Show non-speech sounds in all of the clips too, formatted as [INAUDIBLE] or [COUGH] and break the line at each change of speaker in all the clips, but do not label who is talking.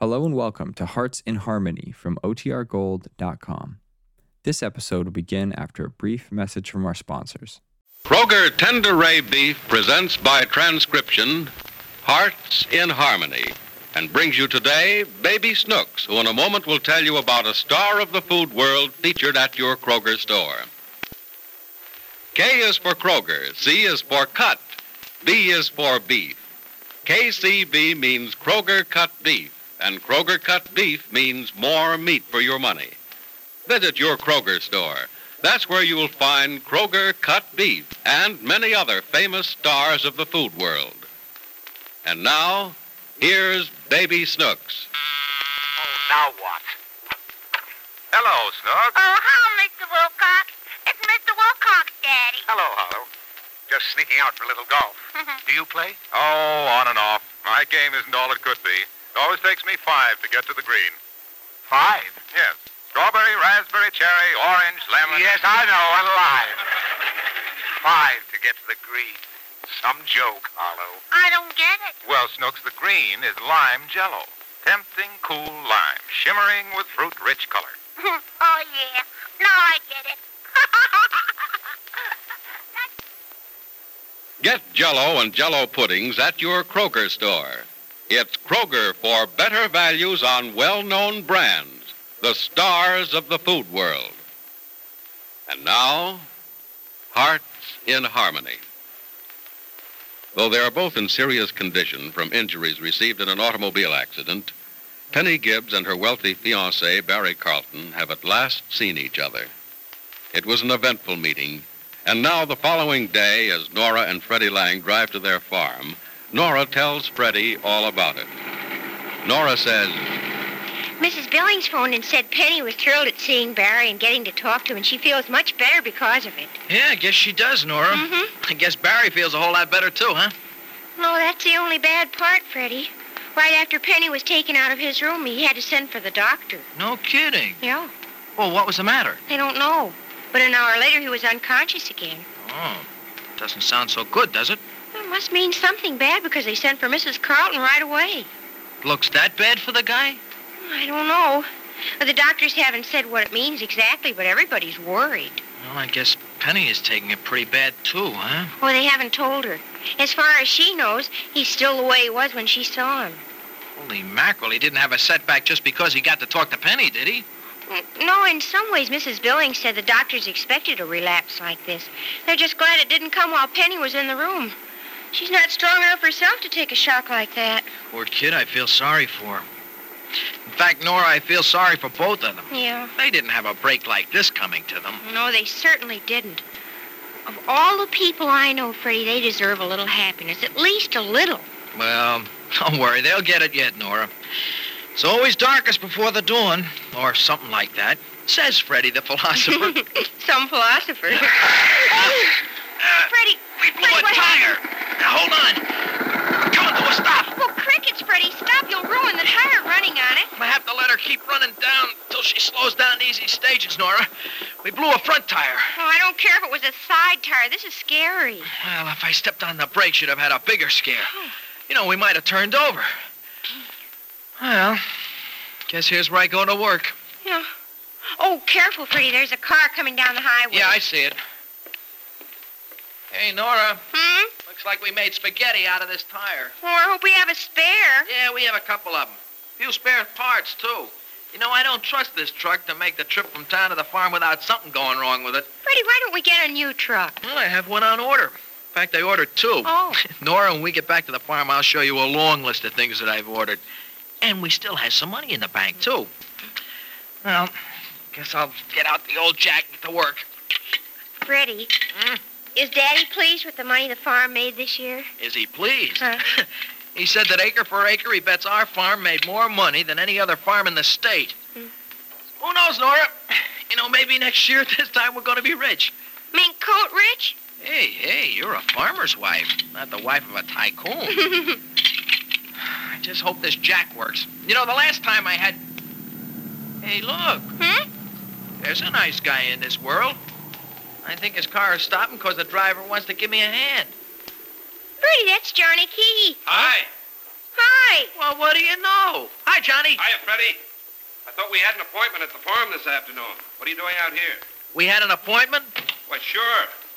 Hello and welcome to Hearts in Harmony from OTRGold.com. This episode will begin after a brief message from our sponsors.
Kroger Tender Ray Beef presents by transcription Hearts in Harmony and brings you today Baby Snooks, who in a moment will tell you about a star of the food world featured at your Kroger store. K is for Kroger, C is for cut, B is for beef. KCB means Kroger cut beef, and Kroger cut beef means more meat for your money. Visit your Kroger store. That's where you'll find Kroger cut beef and many other famous stars of the food world. And now, here's Baby Snooks.
Now what? Hello, Snook.
Oh, hello, Mr. Wilcox. It's Mr. Wilcox, Daddy.
Hello, Hollow. Just sneaking out for a little
[LAUGHS]
golf. Do you play?
Oh, on and off. My game isn't all it could be. It always takes me five to get to the green.
Five.
Yes. Strawberry, raspberry, cherry, orange, lemon.
Yes, I know. I'm alive. Five to get to the green. Some joke, Hollow.
I don't get it.
Well, Snooks, the green is lime jello. Tempting, cool lime, shimmering with fruit-rich color.
[LAUGHS] oh, yeah. Now I get it.
Get Jello and Jello puddings at your Kroger store. It's Kroger for better values on well-known brands, the stars of the food world. And now, Hearts in Harmony. Though they are both in serious condition from injuries received in an automobile accident, Penny Gibbs and her wealthy fiancé, Barry Carlton, have at last seen each other. It was an eventful meeting, and now the following day, as Nora and Freddie Lang drive to their farm, Nora tells Freddie all about it. Nora says,
Mrs. Billings phoned and said Penny was thrilled at seeing Barry and getting to talk to him, and she feels much better because of it.
Yeah, I guess she does, Nora.
Mhm.
I guess Barry feels a whole lot better, too, huh?
No, Oh, that's the only bad part, Freddie. Right after Penny was taken out of his room, he had to send for the doctor.
No kidding.
Yeah,
Well, what was the matter?
I don't know. But an hour later, he was unconscious again.
Oh, doesn't sound so good, does it?
It must mean something bad because they sent for Mrs. Carlton right away.
Looks that bad for the guy?
I don't know. The doctors haven't said what it means exactly, but everybody's worried.
Well, I guess Penny is taking it pretty bad, too, huh?
Well, they haven't told her. As far as she knows, he's still the way he was when she saw him.
Holy mackerel, he didn't have a setback just because he got to talk to Penny, did he?
No, in some ways, Mrs. Billings said the doctors expected a relapse like this. They're just glad it didn't come while Penny was in the room. She's not strong enough herself to take a shock like that.
Poor kid, I feel sorry for him. In fact, Nora, I feel sorry for both of them.
Yeah.
They didn't have a break like this coming to them.
No, they certainly didn't. Of all the people I know, Freddie, they deserve a little happiness, at least a little.
Well, [LAUGHS] don't worry. They'll get it yet, Nora. It's always darkest before the dawn, or something like that, says Freddy the [LAUGHS] philosopher.
Some philosopher. Freddie,
we blew a
Freddy, what
tire. Now, hold on. We're coming to a stop.
well, crickets, Freddie, stop. You'll ruin the tire running on it.
I have to let her keep running down till she slows down easy stages, Nora. We blew a front tire.
Oh, I don't care if it was a side tire. This is scary.
Well, if I stepped on the brake, she'd have had a bigger scare. You know, we might have turned over. Well, guess here's where I go to work.
Yeah. Oh, careful, Freddie. There's a car coming down the highway.
Yeah, I see it. Hey, Nora.
Hmm?
Looks like we made spaghetti out of this tire.
Well, I hope we have a spare.
Yeah, we have a couple of them. Few spare parts, too. You know, I don't trust this truck to make the trip from town to the farm without something going wrong with it.
Freddie, why don't we get a new truck?
Well, I have one on order. In fact, I ordered two.
Oh.
[LAUGHS] Nora, when we get back to the farm, I'll show you a long list of things that I've ordered. And we still have some money in the bank, too. Well, guess I'll get out the old jack and get to work.
Freddie.
Hmm?
Is Daddy pleased with the money the farm made this year?
Is he pleased?
Huh?
He said that acre for acre, he bets our farm made more money than any other farm in the state.
Hmm.
Who knows, Nora? [SIGHS] You know, maybe next year at this time we're going to be rich.
Mink coat rich?
Hey, hey, you're a farmer's wife, not the wife of a tycoon.
[LAUGHS]
I just hope this jack works. You know, the last time I had. Hey, look,
hmm?
there's a nice guy in this world. I think his car is stopping because the driver wants to give me a hand.
Freddie, that's Johnny Key.
Hi.
Hi.
Well, what do you know? Hi, Johnny.
Hiya, Freddy. I thought we had an appointment at the farm this afternoon. What are you doing out here?
We had an appointment.
Why, sure.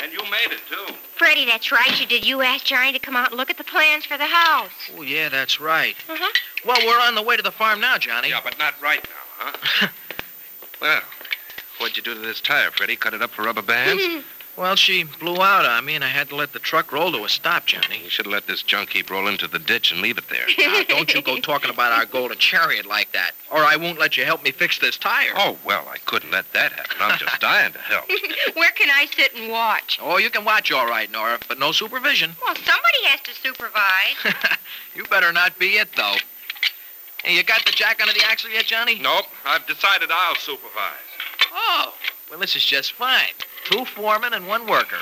And you made it, too.
Freddie, that's right, you did. You asked Johnny to come out and look at the plans for the house.
Oh, yeah, that's right.
Uh-huh.
Well, we're on the way to the farm now, Johnny.
Yeah, but not right now, [LAUGHS] huh? well, what'd you do to this tire, Freddy? Cut it up for rubber bands? [LAUGHS]
Well, she blew out on me, and I had to let the truck roll to a stop, Johnny.
[LAUGHS] you should have let this junk keep rolling into the ditch and leave it
[LAUGHS]
there.
[LAUGHS]
Now, don't you go talking about our golden chariot like that, or I won't let you help me fix this tire.
Oh, well, I couldn't let that happen. I'm just dying to help.
Where can I sit and watch?
Oh, you can watch all right, Nora, but no supervision. [LAUGHS]
Well, somebody has to supervise.
you better not be it, though. Hey, you got the jack under the axle yet, Johnny?
Nope, I've decided I'll supervise.
Oh, well, this is just fine. Two foremen and one worker.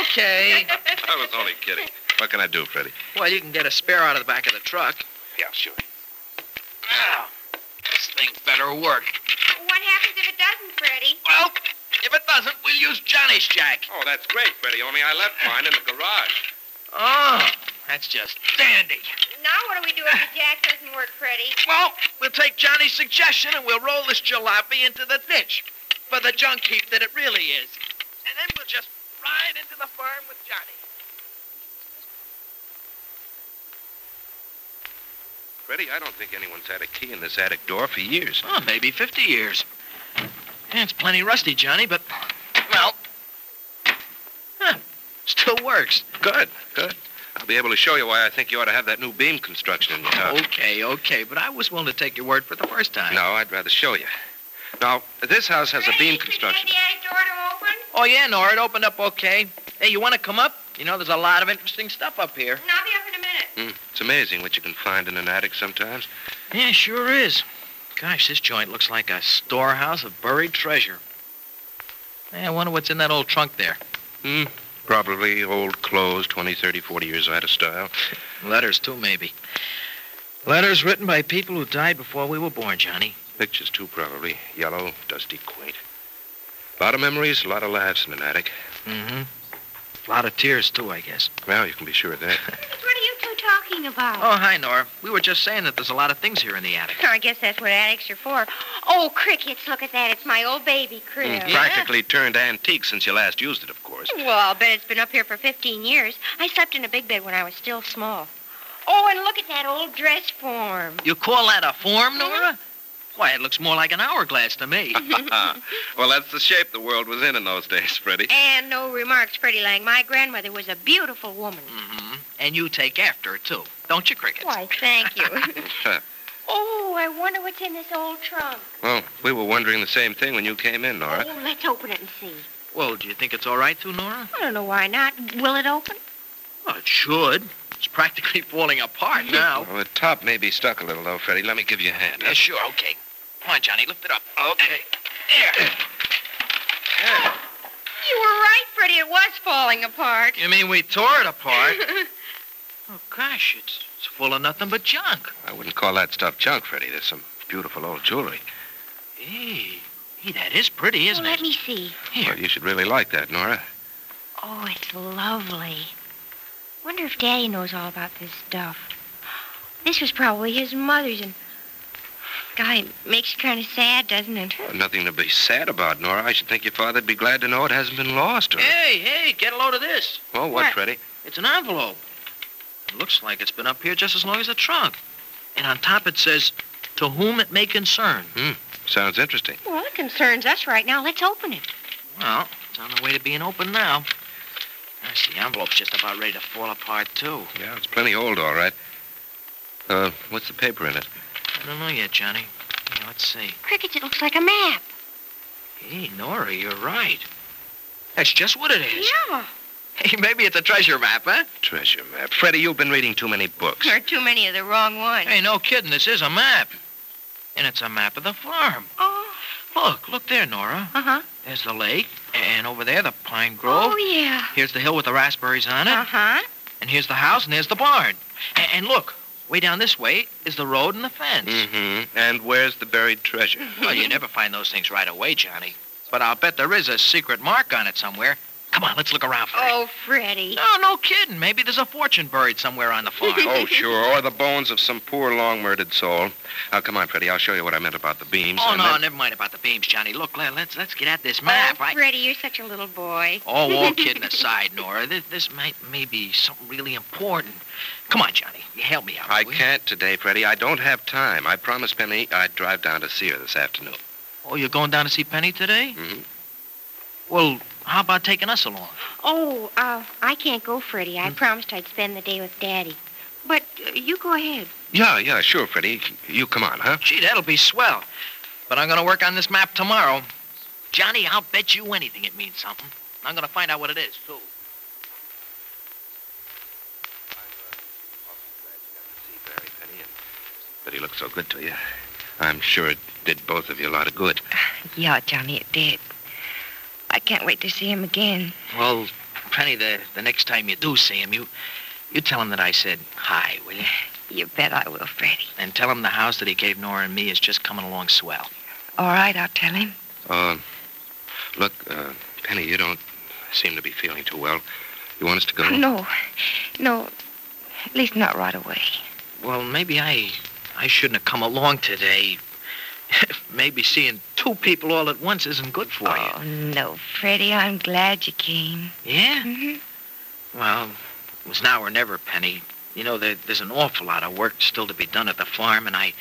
Okay.
I was only kidding. What can I do, Freddy?
Well, you can get a spare out of the back of the truck.
[LAUGHS] Yeah, sure.
Now, this thing better work.
what happens if it doesn't, Freddie?
Well, if it doesn't, we'll use Johnny's jack.
Oh, that's great, Freddy, only I left mine in the garage.
Oh, that's just dandy.
Now what do we do if the jack doesn't work, Freddie?
Well, we'll take Johnny's suggestion and we'll roll this jalopy into the ditch for the junk heap that it really is. And then we'll just ride into the farm with Johnny.
Freddy, I don't think anyone's had a key in this attic door for years.
Well, maybe 50 years. Yeah, it's plenty rusty, Johnny, but, well, huh, still works.
Good, good. I'll be able to show you why I think you ought to have that new beam construction in your house.
Okay, okay, but I was willing to take your word for the first time.
No, I'd rather show you. Now, this house has a beam construction.
the attic door to open?
Oh, yeah, Nora, it opened up okay. Hey, you want to come up? You know, there's a lot of interesting stuff up here.
And I'll be up in a minute.
Hmm, it's amazing what you can find in an attic sometimes.
Yeah, sure is. Gosh, this joint looks like a storehouse of buried treasure. Hey, I wonder what's in that old trunk there.
Hmm, probably old clothes, 20, 30, 40 years out of style.
Letters, too, maybe. Letters written by people who died before we were born, Johnny.
Pictures, too, probably. Yellow, dusty, quaint. A lot of memories, a lot of lives in an attic.
Mm-hmm. A lot of tears, too, I guess.
Well, you can be sure of that.
What are you two talking about?
Oh, hi, Nora. We were just saying that there's a lot of things here in the attic.
I guess that's what attics are for. Oh, crickets, look at that. It's my old baby crib.
Mm,
Hmm, Practically turned antique since you last used it, of course.
Well, I'll bet it's been up here for 15 years. I slept in a big bed when I was still small. Oh, and look at that old dress form.
You call that a form, Nora? Why, it looks more like an hourglass to [LAUGHS] me.
[LAUGHS] well, that's the shape the world was in in those days, Freddie.
And no remarks, Pretty Lang. My grandmother was a beautiful woman.
mm-hmm. And you take after it, too. Don't you, Crickets?
Why, thank you. [LAUGHS] oh, I wonder what's in this old trunk.
well, we were wondering the same thing when you came in, Nora.
Oh, let's open it and see.
Well, do you think it's all right, too, Nora?
I don't know why not. Will it open?
Well, it should. It's practically [LAUGHS] falling apart now.
Well, the top may be stuck a little, though, Freddie. Let me give you a hand.
yeah, sure, okay. Come on, Johnny, lift it up. Okay. There.
You were right, Freddie. It was falling apart.
You mean we tore it [LAUGHS] apart? oh, gosh, it's, it's full of nothing but junk.
I wouldn't call that stuff junk, Freddie. There's some beautiful old jewelry.
Hey, hey, that is pretty,
Oh,
isn't
let
it?
me see.
Well, you should really like that, Nora.
Oh, it's lovely. Wonder if Daddy knows all about this stuff. This was probably his mother's, and guy makes you kind of sad, doesn't it?
Nothing to be sad about, Nora. I should think your father'd be glad to know it hasn't been lost. Or...
Hey, hey, get a load of this.
Well,
what?
what, Freddie?
It's an envelope. It looks like it's been up here just as long as the trunk. And on top it says, to whom it may concern.
Sounds interesting.
Well, it concerns us right now. Let's open it.
Well, it's on the way to being open now. Gosh, the envelope's just about ready to fall apart, too.
Yeah, it's plenty old, all right. Uh, what's the paper in it?
I don't know yet, Johnny. Yeah, let's see.
Crickets, it looks like a map.
Hey, Nora, you're right. That's just what it is.
Yeah.
[LAUGHS] Hey, maybe it's a treasure map, huh?
Treasure map. Freddie, you've been reading too many books.
There are too many of the wrong ones.
Hey, no kidding. This is a map. And it's a map of the farm.
Oh,
Look, look there, Nora.
uh-huh.
There's the lake. And over there, the pine grove.
Oh, yeah.
Here's the hill with the raspberries on it.
Uh-huh.
And here's the house, and there's the barn. And, and look, way down this way is the road and the fence.
Mm-hmm. And where's the buried treasure?
Well, you never find those things right away, Johnny. But I'll bet there is a secret mark on it somewhere. Come on, let's look around for
Oh, Freddie.
No, no kidding. Maybe there's a fortune buried somewhere on the [LAUGHS] farm.
Oh, sure. Or the bones of some poor, long murdered soul. Now, come on, Freddy. I'll show you what I meant about the beams.
oh
I
no,
meant-
never mind about the beams, Johnny. Look, let- let's let's get at this map.
oh,
[LAUGHS] I-
Freddie, you're such a little boy.
Oh, all kidding aside, Nora, this, this might may be something really important. Come on, Johnny, you help me out.
I
will you?
can't today, Freddy. I don't have time. I promised Penny I'd drive down to see her this afternoon.
Oh, you're going down to see Penny today?
Mhm.
Well, how about taking us along?
Oh, uh, I can't go, Freddie. I promised I'd spend the day with Daddy. But uh, you go ahead.
Yeah, yeah, sure, Freddy. You come on, huh?
Gee, that'll be swell. But I'm going to work on this map tomorrow. Johnny, I'll bet you anything it means something. I'm going to find out what it is, too.
Barry, Penny, and Betty looked so good to you. I'm sure it did both of you a lot of good.
Yeah, Johnny, it did. I can't wait to see him again.
Well, Penny, the, the next time you do see him, you, you tell him that I said hi, will you?
You bet I will, Freddie.
And tell him the house that he gave Nora and me is just coming along swell.
All right, I'll tell him.
Uh, look, uh, Penny, you don't seem to be feeling too well. You want us to go?
No, no, at least not right away.
Well, maybe I I shouldn't have come along today. [LAUGHS] maybe seeing two people all at once isn't good for
Oh, no, Freddie, I'm glad you came.
you. Yeah?
Mhm.
Well, it was now or never, Penny. You know, there, there's an awful lot of work still to be done at the farm, and I,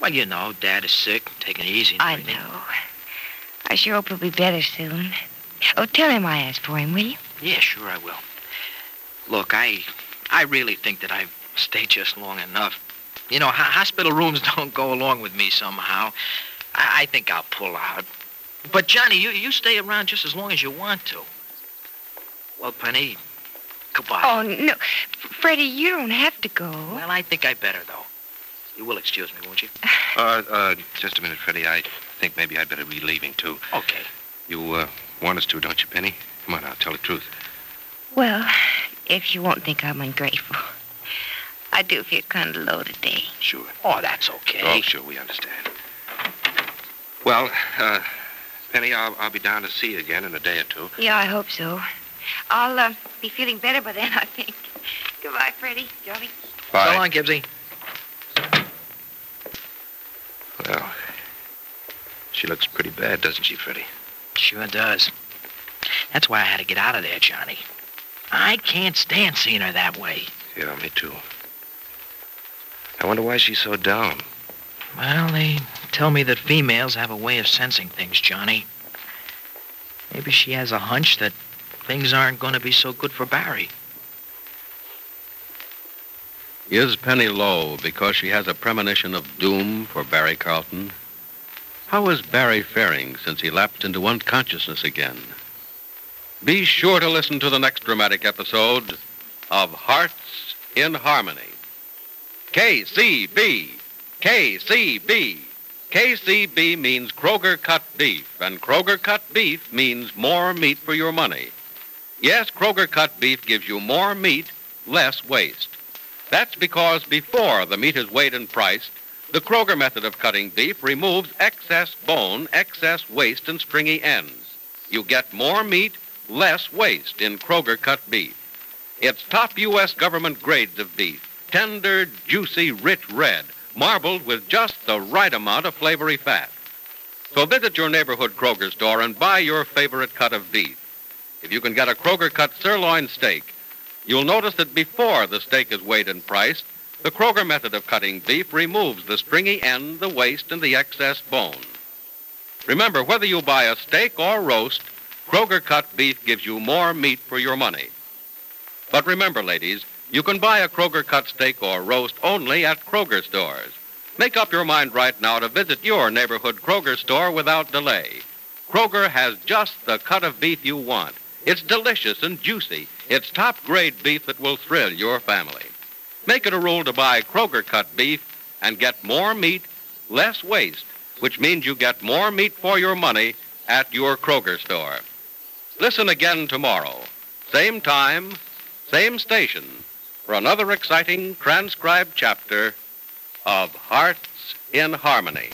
well, you know, Dad is sick, taking it easy. and
I
everything.
know. I sure hope he'll be better soon. Oh, tell him I asked for him, will you?
Yeah, sure I will. Look, I, I really think that I've stayed just long enough. You know, ho- hospital rooms [LAUGHS] don't go along with me somehow. I, I think I'll pull out. But Johnny, you, you stay around just as long as you want to. Well, Penny, goodbye.
Oh, no. F- Freddie, you don't have to go.
Well, I think I better though. You will excuse me, won't you?
Uh, uh, just a minute, Freddy. I think maybe I'd better be leaving, too.
Okay.
You, uh, want us to, don't you, Penny? Come on now, tell the truth.
Well, if you won't think I'm ungrateful, I do feel kind of low today.
Sure.
Oh, that's okay.
Oh, sure, we understand. Well, uh, Penny, I'll, I'll be down to see you again in a day or two.
Yeah, I hope so. I'll uh, be feeling better by then, [LAUGHS] I think. Goodbye, Freddie, Johnny.
So long, Gibbsy.
Well, she looks pretty bad, doesn't she, Freddy?
Sure does. That's why I had to get out of there, Johnny. I can't stand seeing her that way.
Yeah, me too. I wonder why she's so down.
Well, they tell me that females have a way of sensing things, Johnny. Maybe she has a hunch that things aren't going to be so good for Barry.
Is Penny low because she has a premonition of doom for Barry Carlton? How is Barry faring since he lapsed into unconsciousness again? Be sure to listen to the next dramatic episode of Hearts in Harmony. KCB, KCB. KCB means Kroger cut beef, and Kroger cut beef means more meat for your money. Yes, Kroger cut beef gives you more meat, less waste. That's because before the meat is weighed and priced, the Kroger method of cutting beef removes excess bone, excess waste, and stringy ends. You get more meat, less waste in Kroger cut beef. It's top U.S. government grades of beef tender, juicy, rich red, marbled with just the right amount of flavory fat. So visit your neighborhood Kroger store and buy your favorite cut of beef. If you can get a Kroger cut sirloin steak, You'll notice that before the steak is weighed and priced, the Kroger method of cutting beef removes the stringy end, the waste, and the excess bone. Remember, whether you buy a steak or roast, Kroger cut beef gives you more meat for your money. But remember, ladies, you can buy a Kroger cut steak or roast only at Kroger stores. Make up your mind right now to visit your neighborhood Kroger store without delay. Kroger has just the cut of beef you want. It's delicious and juicy. It's top grade beef that will thrill your family. Make it a rule to buy Kroger cut beef and get more meat, less waste, which means you get more meat for your money at your Kroger store. Listen again tomorrow, same time, same station, for another exciting transcribed chapter of Hearts in Harmony.